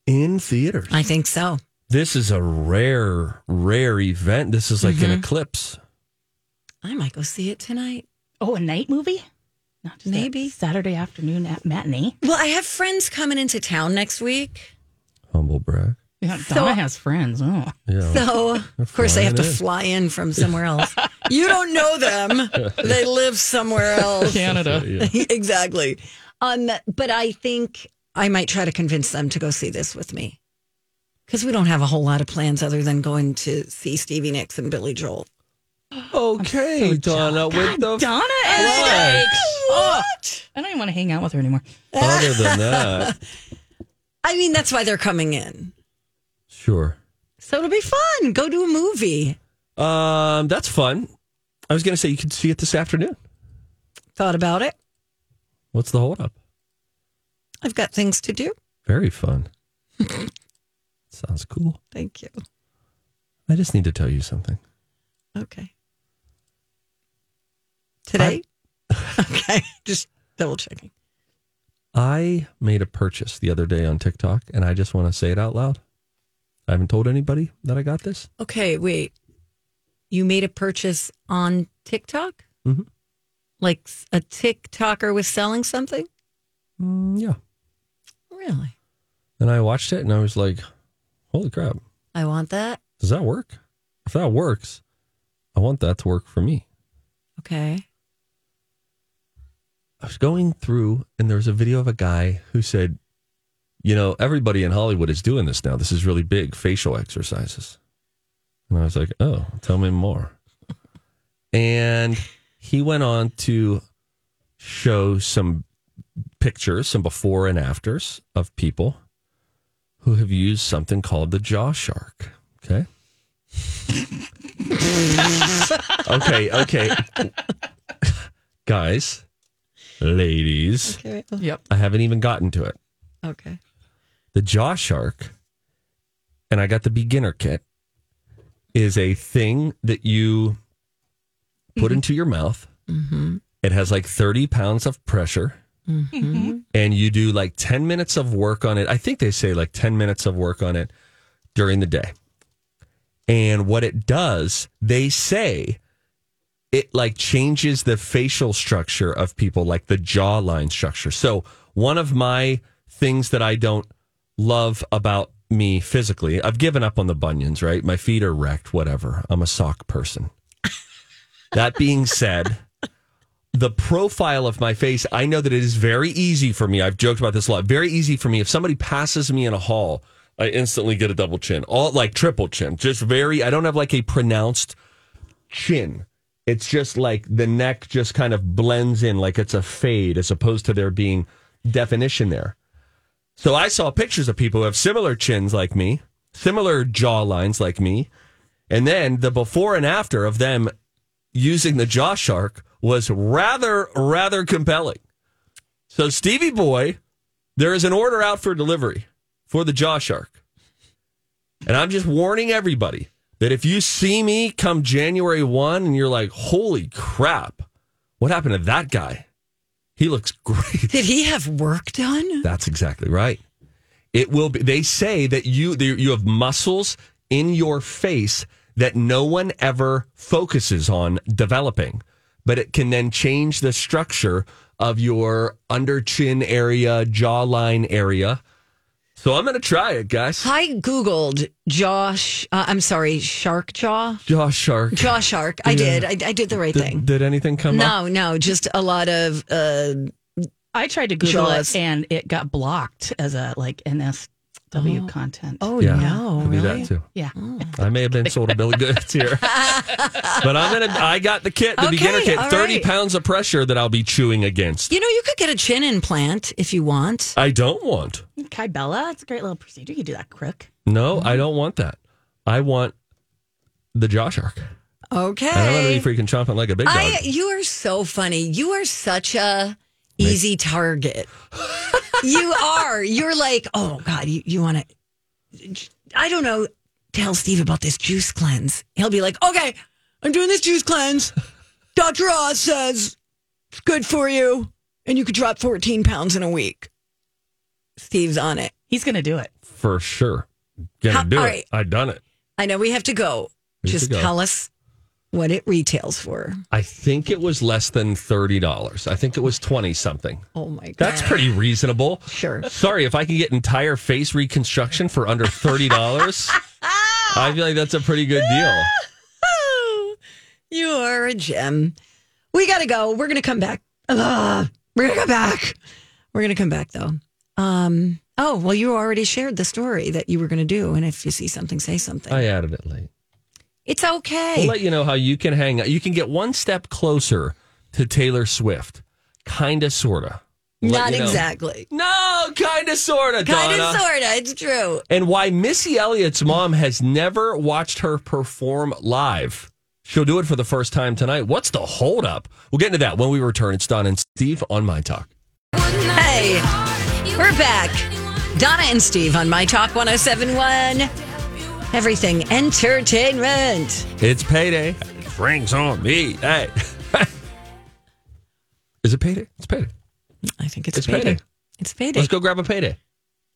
Speaker 2: In theaters.
Speaker 1: I think so.
Speaker 2: This is a rare, rare event. This is like an eclipse.
Speaker 1: I might go see it tonight.
Speaker 3: Oh, a night movie? Not just a
Speaker 1: Maybe.
Speaker 3: Saturday afternoon at matinee.
Speaker 1: Well, I have friends coming into town next week.
Speaker 2: Humble brag.
Speaker 3: Yeah,
Speaker 1: So-
Speaker 3: Donna has friends. Oh.
Speaker 2: Yeah.
Speaker 1: So, of course, they have to
Speaker 2: flying in.
Speaker 1: fly in from somewhere else. you don't know them, they live somewhere else.
Speaker 3: Canada.
Speaker 1: exactly. Um, but I think I might try to convince them to go see this with me because we don't have a whole lot of plans other than going to see Stevie Nicks and Billy Joel.
Speaker 2: Okay, Donna, with the
Speaker 3: Donna is like,
Speaker 1: What?
Speaker 3: I don't even want to hang out with her anymore.
Speaker 2: other than that,
Speaker 1: I mean, that's why they're coming in.
Speaker 2: sure.
Speaker 1: So it'll be fun. Go to a movie.
Speaker 2: Um, that's fun. I was going to say you could see it this afternoon.
Speaker 1: Thought about it.
Speaker 2: What's the holdup?
Speaker 1: I've got things to do.
Speaker 2: Very fun. Sounds cool.
Speaker 1: Thank you.
Speaker 2: I just need to tell you something.
Speaker 1: Okay. Today? okay. Just double checking.
Speaker 2: I made a purchase the other day on TikTok, and I just want to say it out loud. I haven't told anybody that I got this.
Speaker 1: Okay, wait. You made a purchase on TikTok?
Speaker 2: Mhm.
Speaker 1: Like s- a TikToker was selling something?
Speaker 2: Mm, yeah.
Speaker 1: Really?
Speaker 2: And I watched it, and I was like, holy crap,
Speaker 1: I want that.
Speaker 2: does that work? If that works, I want that to work for me.
Speaker 1: Okay.
Speaker 2: I was going through, and there was a video of a guy who said, You know, everybody in Hollywood is doing this now. This is really big facial exercises. And I was like, Oh, tell me more. and he went on to show some pictures, some before and afters of people who have used something called the jaw shark. Okay. okay. Okay. Guys, ladies,
Speaker 1: Okay.
Speaker 2: I haven't even gotten to it.
Speaker 1: Okay.
Speaker 2: The jaw shark, and I got the beginner kit, is a thing that you put into your mouth. It has like 30 pounds of pressure. And you do like 10 minutes of work on it. I think they say like 10 minutes of work on it during the day. And what it does, they say it like changes the facial structure of people, like the jawline structure. So, one of my things that I don't love about me physically, I've given up on the bunions, right? My feet are wrecked, whatever. I'm a sock person. that being said, the profile of my face, I know that it is very easy for me. I've joked about this a lot. Very easy for me. If somebody passes me in a hall, I instantly get a double chin, all like triple chin. Just very, I don't have like a pronounced chin. It's just like the neck just kind of blends in, like it's a fade, as opposed to there being definition there. So I saw pictures of people who have similar chins like me, similar jaw lines like me. And then the before and after of them using the jaw shark was rather, rather compelling. So, Stevie Boy, there is an order out for delivery for the jaw shark. And I'm just warning everybody that if you see me come January 1 and you're like, holy crap, what happened to that guy? He looks great.
Speaker 1: Did he have work done?
Speaker 2: That's exactly right. It will be. They say that you that you have muscles in your face that no one ever focuses on developing, but it can then change the structure of your under chin area, jawline area. So I'm going to try it, guys.
Speaker 1: I Googled Josh, uh, I'm sorry, Shark Jaw.
Speaker 2: Jaw shark.
Speaker 1: Jaw Shark. I did. I, I did the right
Speaker 2: Did,
Speaker 1: thing.
Speaker 2: did anything come up?
Speaker 1: No, no, just a lot of uh,
Speaker 3: I tried to Google
Speaker 1: Show
Speaker 3: it
Speaker 1: us.
Speaker 3: and it got blocked as a like NSW content.
Speaker 1: Oh
Speaker 2: Yeah,
Speaker 1: no,
Speaker 2: could be
Speaker 1: really?
Speaker 2: that too.
Speaker 3: yeah.
Speaker 2: I may have been sold a bill of goods here, but I'm gonna. I got the kit, the
Speaker 1: Okay,
Speaker 2: beginner kit,
Speaker 1: all
Speaker 2: thirty
Speaker 1: right.
Speaker 2: pounds of pressure that I'll be chewing against.
Speaker 1: You know, you could get a chin implant if you want.
Speaker 2: I don't want.
Speaker 3: Kybella, it's a great little procedure. You can do that crook.
Speaker 2: No, I don't want that. I want the jaw shark. And I'm gonna be
Speaker 1: Okay.
Speaker 2: freaking chomping like a big dog.
Speaker 1: I you are so funny. You are such a easy target. you are. You're like, oh God, you, you want to I don't know. Tell Steve about this juice cleanse. He'll be like, okay, I'm doing this juice cleanse. Dr. Oz says it's good for you. And you could drop 14 pounds in a week. Steve's on it.
Speaker 3: He's going to do it.
Speaker 2: for sure. Gonna
Speaker 1: How-
Speaker 2: do it.
Speaker 1: all right.
Speaker 2: I done it.
Speaker 1: I know we have to go.
Speaker 2: We have
Speaker 1: Just
Speaker 2: to go.
Speaker 1: tell us what it retails for.
Speaker 2: I think it was less than thirty dollars. I think it was twenty something.
Speaker 1: Oh my God.
Speaker 2: That's pretty reasonable.
Speaker 1: Sure.
Speaker 2: Sorry, if I can get entire face reconstruction for under thirty dollars, I feel like that's a pretty good deal.
Speaker 1: Oh, you are a gem. We got to go. We're going to come back. Ugh, we're going to come back. We're going to come back, though. Um, oh, well, you already shared the story that you were going to do. And if you see something, say something.
Speaker 2: I added it late.
Speaker 1: it's okay.
Speaker 2: We'll let you know how you can hang. You can get one step closer to Taylor Swift, kinda, sorta. Let
Speaker 1: Not
Speaker 2: you know.
Speaker 1: exactly.
Speaker 2: No, kinda, sorta.
Speaker 1: Kind
Speaker 2: Donna.
Speaker 1: of, sort of. It's true.
Speaker 2: and why Missy Elliott's mom has never watched her perform live. She'll do it for the first time tonight. What's the holdup? We'll get into that when we return. It's Don and Steve on My Talk.
Speaker 1: Hey, we're back. Donna and Steve on My Talk 1071. Everything entertainment.
Speaker 2: It's payday. Rings on me. Hey. Is it payday? It's payday.
Speaker 1: I think
Speaker 2: It's payday.
Speaker 1: It's payday.
Speaker 2: Let's go grab a payday.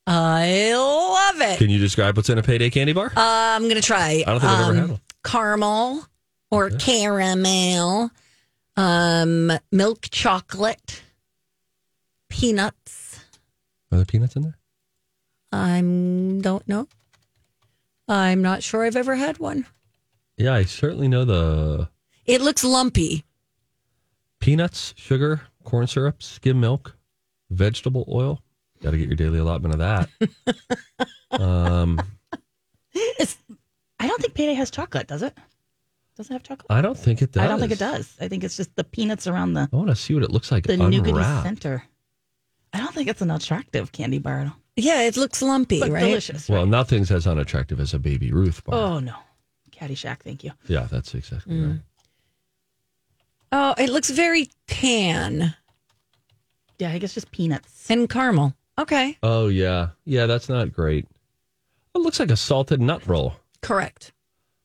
Speaker 1: I love it.
Speaker 2: Can you describe what's in a payday candy bar?
Speaker 1: Uh, I'm gonna try. um,
Speaker 2: I don't think I've ever had one.
Speaker 1: Caramel or caramel, um, milk chocolate, peanuts.
Speaker 2: Are there peanuts in there?
Speaker 1: I'm don't know. I'm not sure I've ever had one.
Speaker 2: Yeah, I certainly know the
Speaker 1: It looks lumpy.
Speaker 2: peanuts, sugar, corn syrup, skim milk, vegetable oil. Got to get your daily allotment of that. um,
Speaker 3: It's, I don't think Payday has chocolate, does it? Does it have chocolate?
Speaker 2: I don't think it does.
Speaker 3: I don't think it does. I think it's just the peanuts around the,
Speaker 2: I want to see what it looks like
Speaker 3: the nougaty
Speaker 2: unwrapped.
Speaker 3: center. I don't think it's an attractive candy bar at all.
Speaker 1: Yeah, it looks lumpy,
Speaker 3: But
Speaker 1: right?
Speaker 3: delicious.
Speaker 2: Well, nothing's as unattractive as a Baby Ruth bar.
Speaker 3: Oh, Mm. no. Caddyshack, thank you.
Speaker 2: Yeah, that's exactly right.
Speaker 1: Oh, it looks very tan
Speaker 3: Yeah, I guess just peanuts.
Speaker 1: and caramel. Okay,
Speaker 2: Oh yeah, yeah, that's not great. It looks like a salted nut roll,
Speaker 1: correct.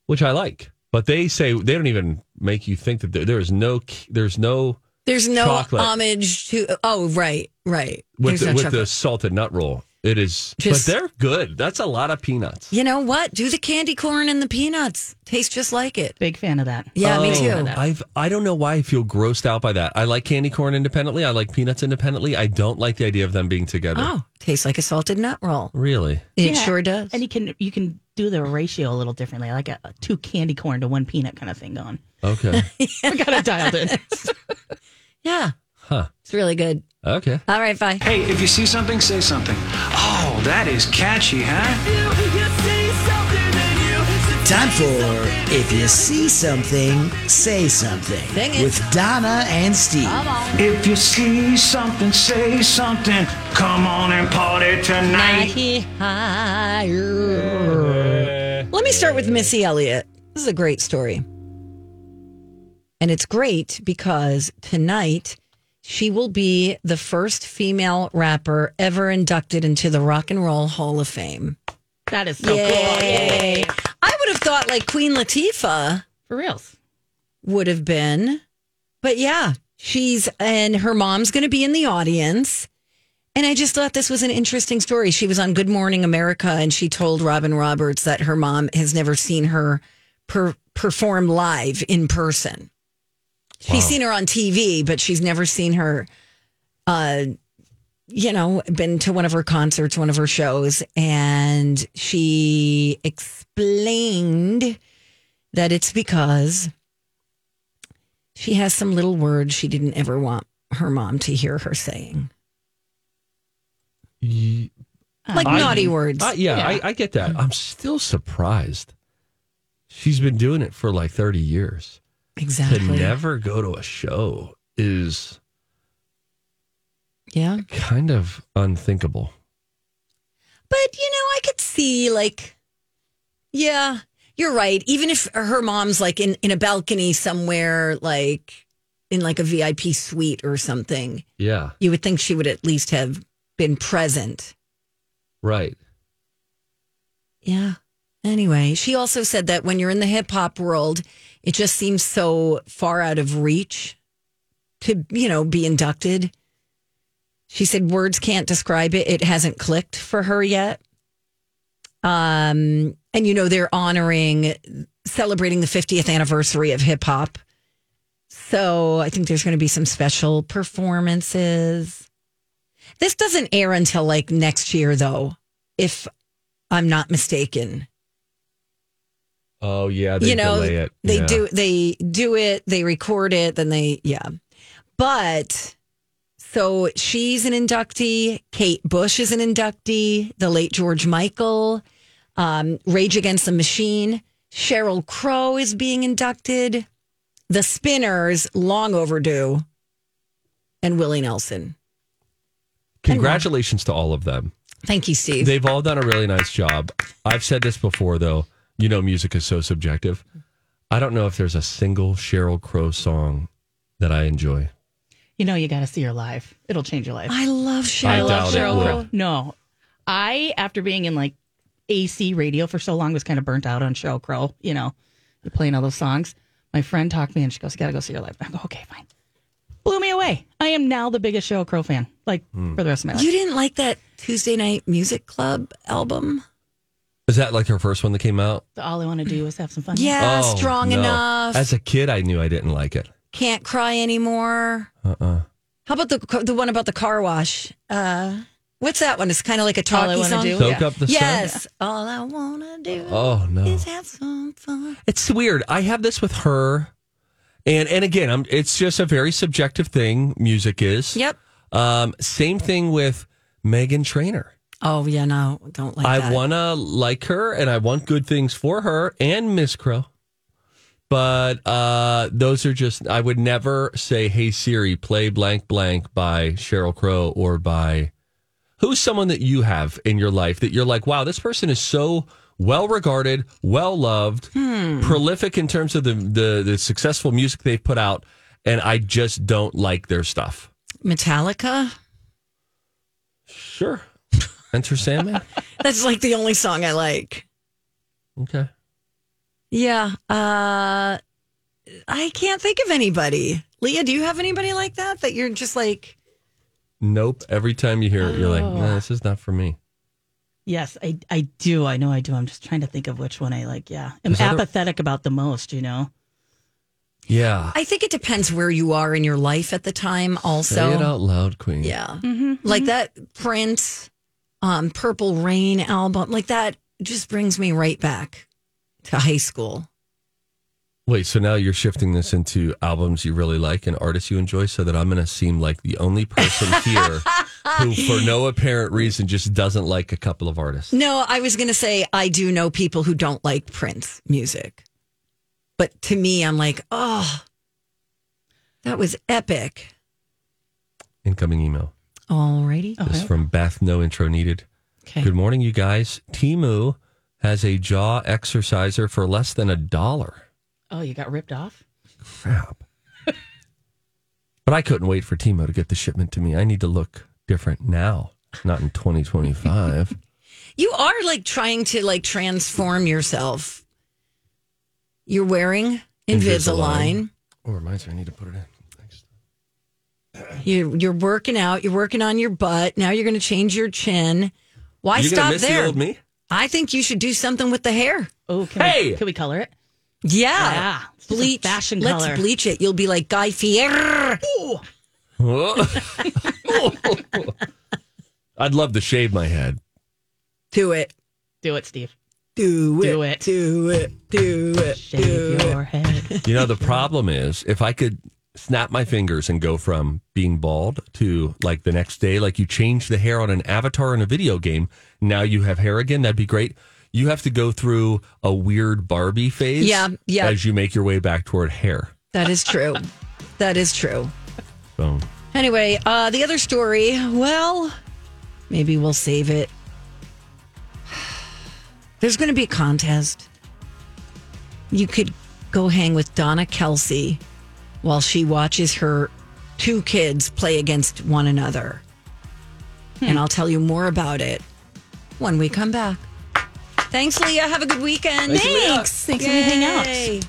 Speaker 2: which I like. But they say they don't even make you think that there, there is no k- there's no
Speaker 1: There's no
Speaker 2: Chocolate.
Speaker 1: homage to. Oh, right, right.
Speaker 2: with
Speaker 1: There's
Speaker 2: the,
Speaker 1: no
Speaker 2: with
Speaker 1: chocolate.
Speaker 2: the salted nut roll. It is,
Speaker 1: Just-
Speaker 2: but they're good. That's a lot of peanuts.
Speaker 1: You know what? Do the candy corn and the peanuts. Tastes just like it.
Speaker 3: Big fan of that.
Speaker 1: Yeah, me
Speaker 2: Oh,
Speaker 1: too.
Speaker 2: I've I don't know why I feel grossed out by that. I like candy corn independently. I like peanuts independently. I don't like the idea of them being together.
Speaker 1: Oh, tastes like a salted nut roll.
Speaker 2: Really?
Speaker 1: It
Speaker 3: Yeah.
Speaker 1: sure does.
Speaker 3: And you can you can do the ratio a little differently, like a, a two candy corn to one peanut kind of thing going.
Speaker 2: Okay.
Speaker 3: I got it dialed in.
Speaker 1: yeah.
Speaker 2: Huh.
Speaker 1: It's really good.
Speaker 2: Okay.
Speaker 1: All right, bye.
Speaker 6: Hey, if you see something, say something. Oh, that is catchy, huh?
Speaker 7: Time for If You See Something, Say Something
Speaker 1: Sing it.
Speaker 7: with Donna and Steve.
Speaker 6: If you see something, say something. Come on and party tonight.
Speaker 1: Let me start with Missy Elliott. This is a great story. And it's great because tonight she will be the first female rapper ever inducted into the Rock and Roll Hall of Fame.
Speaker 3: That is so cool.
Speaker 1: Yay. I would have thought like Queen Latifah
Speaker 3: For reals.
Speaker 1: would have been. But yeah, she's and her mom's going to be in the audience. And I just thought this was an interesting story. She was on Good Morning America and she told Robin Roberts that her mom has never seen her per- perform live in person. She's seen her on TV, but she's never seen her uh you know, been to one of her concerts, one of her shows, and she explained that it's because she has some little words she didn't ever want her mom to hear her saying.
Speaker 2: y-
Speaker 1: Like
Speaker 2: I-
Speaker 1: naughty words.
Speaker 2: I- Uh, yeah, I, I get that. I'm still surprised. She's been doing it for like 30 years. To
Speaker 1: exactly.
Speaker 2: never go to a show is
Speaker 1: Yeah.
Speaker 2: kind of unthinkable.
Speaker 1: But you know, I could see like, yeah, you're right. Even if her mom's like in in a balcony somewhere, like in like a VIP suite or something,
Speaker 2: Yeah,
Speaker 1: you would think she would at least have been present.
Speaker 2: right.
Speaker 1: Yeah. Anyway, she also said that when you're in the hip hop world, it just seems so far out of reach to, you know, be inducted. She said words can't describe it. It hasn't clicked for her yet. Um, and you know, they're honoring celebrating the 50th anniversary of hip hop. So I think there's going to be some special performances. This doesn't air until like next year, though, if I'm not mistaken.
Speaker 2: Oh, yeah. They
Speaker 1: you know,
Speaker 2: delay it.
Speaker 1: they
Speaker 2: Yeah.
Speaker 1: do they do it, they record it, then they yeah. But so she's an inductee. Kate Bush is an inductee. The late George Michael, um, Rage Against the Machine. Cheryl Crow is being inducted. The Spinners, long overdue, and Willie Nelson.
Speaker 2: Congratulations to all of them.
Speaker 1: Thank you, Steve.
Speaker 2: They've all done a really nice job. I've said this before, though. You know, music is so subjective. I don't know if there's a single Cheryl Crow song that I enjoy.
Speaker 3: You know, you got to see her live. It'll change your life.
Speaker 1: I love
Speaker 2: I
Speaker 1: Cheryl.
Speaker 2: doubt it
Speaker 1: Cheryl
Speaker 2: would.
Speaker 1: Crow.
Speaker 3: No, I after being in like AC radio for so long was kind of burnt out on Cheryl Crow. You know, you're playing all those songs. My friend talked me and she goes, "You got to go see her live." I go, "Okay, fine." Blew me away. I am now the biggest Cheryl Crow fan, like
Speaker 2: Hmm.
Speaker 3: for the rest of my life.
Speaker 1: You didn't like that Tuesday Night Music Club album?
Speaker 2: Is that like her first one that came out?
Speaker 3: all I want to do is have some fun.
Speaker 1: Yeah,
Speaker 2: Oh,
Speaker 1: Uh, strong
Speaker 2: no.
Speaker 1: enough.
Speaker 2: As a kid, I knew I didn't like it.
Speaker 1: Can't cry anymore.
Speaker 2: Uh uh
Speaker 1: How about the the one about the car wash? Uh, what's that one? It's kind of like a
Speaker 3: All I
Speaker 1: talkie
Speaker 3: Wanna
Speaker 1: song.
Speaker 3: Do?
Speaker 2: Soak
Speaker 3: Yeah.
Speaker 2: up the sun?
Speaker 1: yes, all I wanna do
Speaker 2: Oh, no.
Speaker 1: is have some fun.
Speaker 2: It's weird. I have this with her. And, and again, I'm, it's just a very subjective thing, music is.
Speaker 1: Yep.
Speaker 2: Um, same thing with Megan Trainor.
Speaker 1: Oh yeah, no, don't like
Speaker 2: I
Speaker 1: that.
Speaker 2: want to like her and I want good things for her and Miss Crow. But uh, those are just, I would never say, hey Siri, play blank blank by Cheryl Crow or by who's someone that you have in your life that you're like, wow, this person is so well regarded, well loved, prolific in terms of the, the, the successful music they've put out. And I just don't like their stuff.
Speaker 1: Metallica.
Speaker 2: Sure. Enter Sandman.
Speaker 1: That's like the only song I like.
Speaker 2: Okay.
Speaker 1: Yeah. Uh, I can't think of anybody. Leah, do you have anybody like that that you're just like?
Speaker 2: Nope. Every time you hear it, you're like,
Speaker 1: Oh.
Speaker 2: nah, this is not for me.
Speaker 3: Yes, I I do. I know I do. I'm just trying to think of which one I like. Yeah, I'm
Speaker 2: There's other-
Speaker 3: apathetic about the most. You know.
Speaker 2: Yeah.
Speaker 1: I think it depends where you are in your life at the time. Also,
Speaker 2: Say it out loud, Queen.
Speaker 1: Yeah. Like that Prince um, Purple Rain album, like that just brings me right back to high school.
Speaker 2: Wait, so now you're shifting this into albums you really like and artists you enjoy so that I'm going to seem like the only person here who, for no apparent reason, just doesn't like a couple of artists.
Speaker 1: No, I was going to say, I do know people who don't like Prince music. But to me, I'm like, oh, that was epic.
Speaker 2: Incoming email.
Speaker 1: Alrighty.
Speaker 3: Oh,
Speaker 2: This from Beth, no intro needed.
Speaker 1: Okay.
Speaker 2: Good morning, you guys. Timu has a jaw exerciser for less than a dollar.
Speaker 3: Oh, you got ripped off.
Speaker 2: crap. but I couldn't wait for Timo to get the shipment to me. I need to look different now, not in 2025.
Speaker 1: You are like trying to like transform yourself. You're wearing Invisalign.
Speaker 2: oh, reminds me, I need to put it in. Thanks.
Speaker 1: You're, you're working out. You're working on your butt. Now you're going to change your chin. Why
Speaker 2: You gonna
Speaker 1: stop
Speaker 2: miss
Speaker 1: there?
Speaker 2: the old me?
Speaker 1: I think you should do something with the hair.
Speaker 3: Oh, can
Speaker 2: Hey!
Speaker 3: we, can we color it?
Speaker 1: Yeah,
Speaker 3: Yeah, it's just a
Speaker 1: bleach
Speaker 3: fashion
Speaker 1: Let's
Speaker 3: color.
Speaker 1: bleach it. You'll be like Guy Fieri.
Speaker 2: Whoa. I'd love to shave my head.
Speaker 1: Do it.
Speaker 3: Do it, Steve.
Speaker 1: Do it.
Speaker 3: Do it.
Speaker 1: Do it. Do it.
Speaker 3: Shave your head.
Speaker 2: You know, the problem is if I could snap my fingers and go from being bald to like the next day, like you change the hair on an avatar in a video game. Now you have hair again. That'd be great. You have to go through a weird Barbie phase.
Speaker 1: Yeah, yeah.
Speaker 2: As you make your way back toward hair.
Speaker 1: That is true. that is true.
Speaker 2: So
Speaker 1: Anyway, uh, the other story, well, maybe we'll save it. There's going to be a contest. You could go hang with Donna Kelsey while she watches her two kids play against one another. And I'll tell you more about it when we come back. Thanks, Leah. Have a good weekend.
Speaker 3: Thanks. Thanks for hanging out.
Speaker 1: Yay.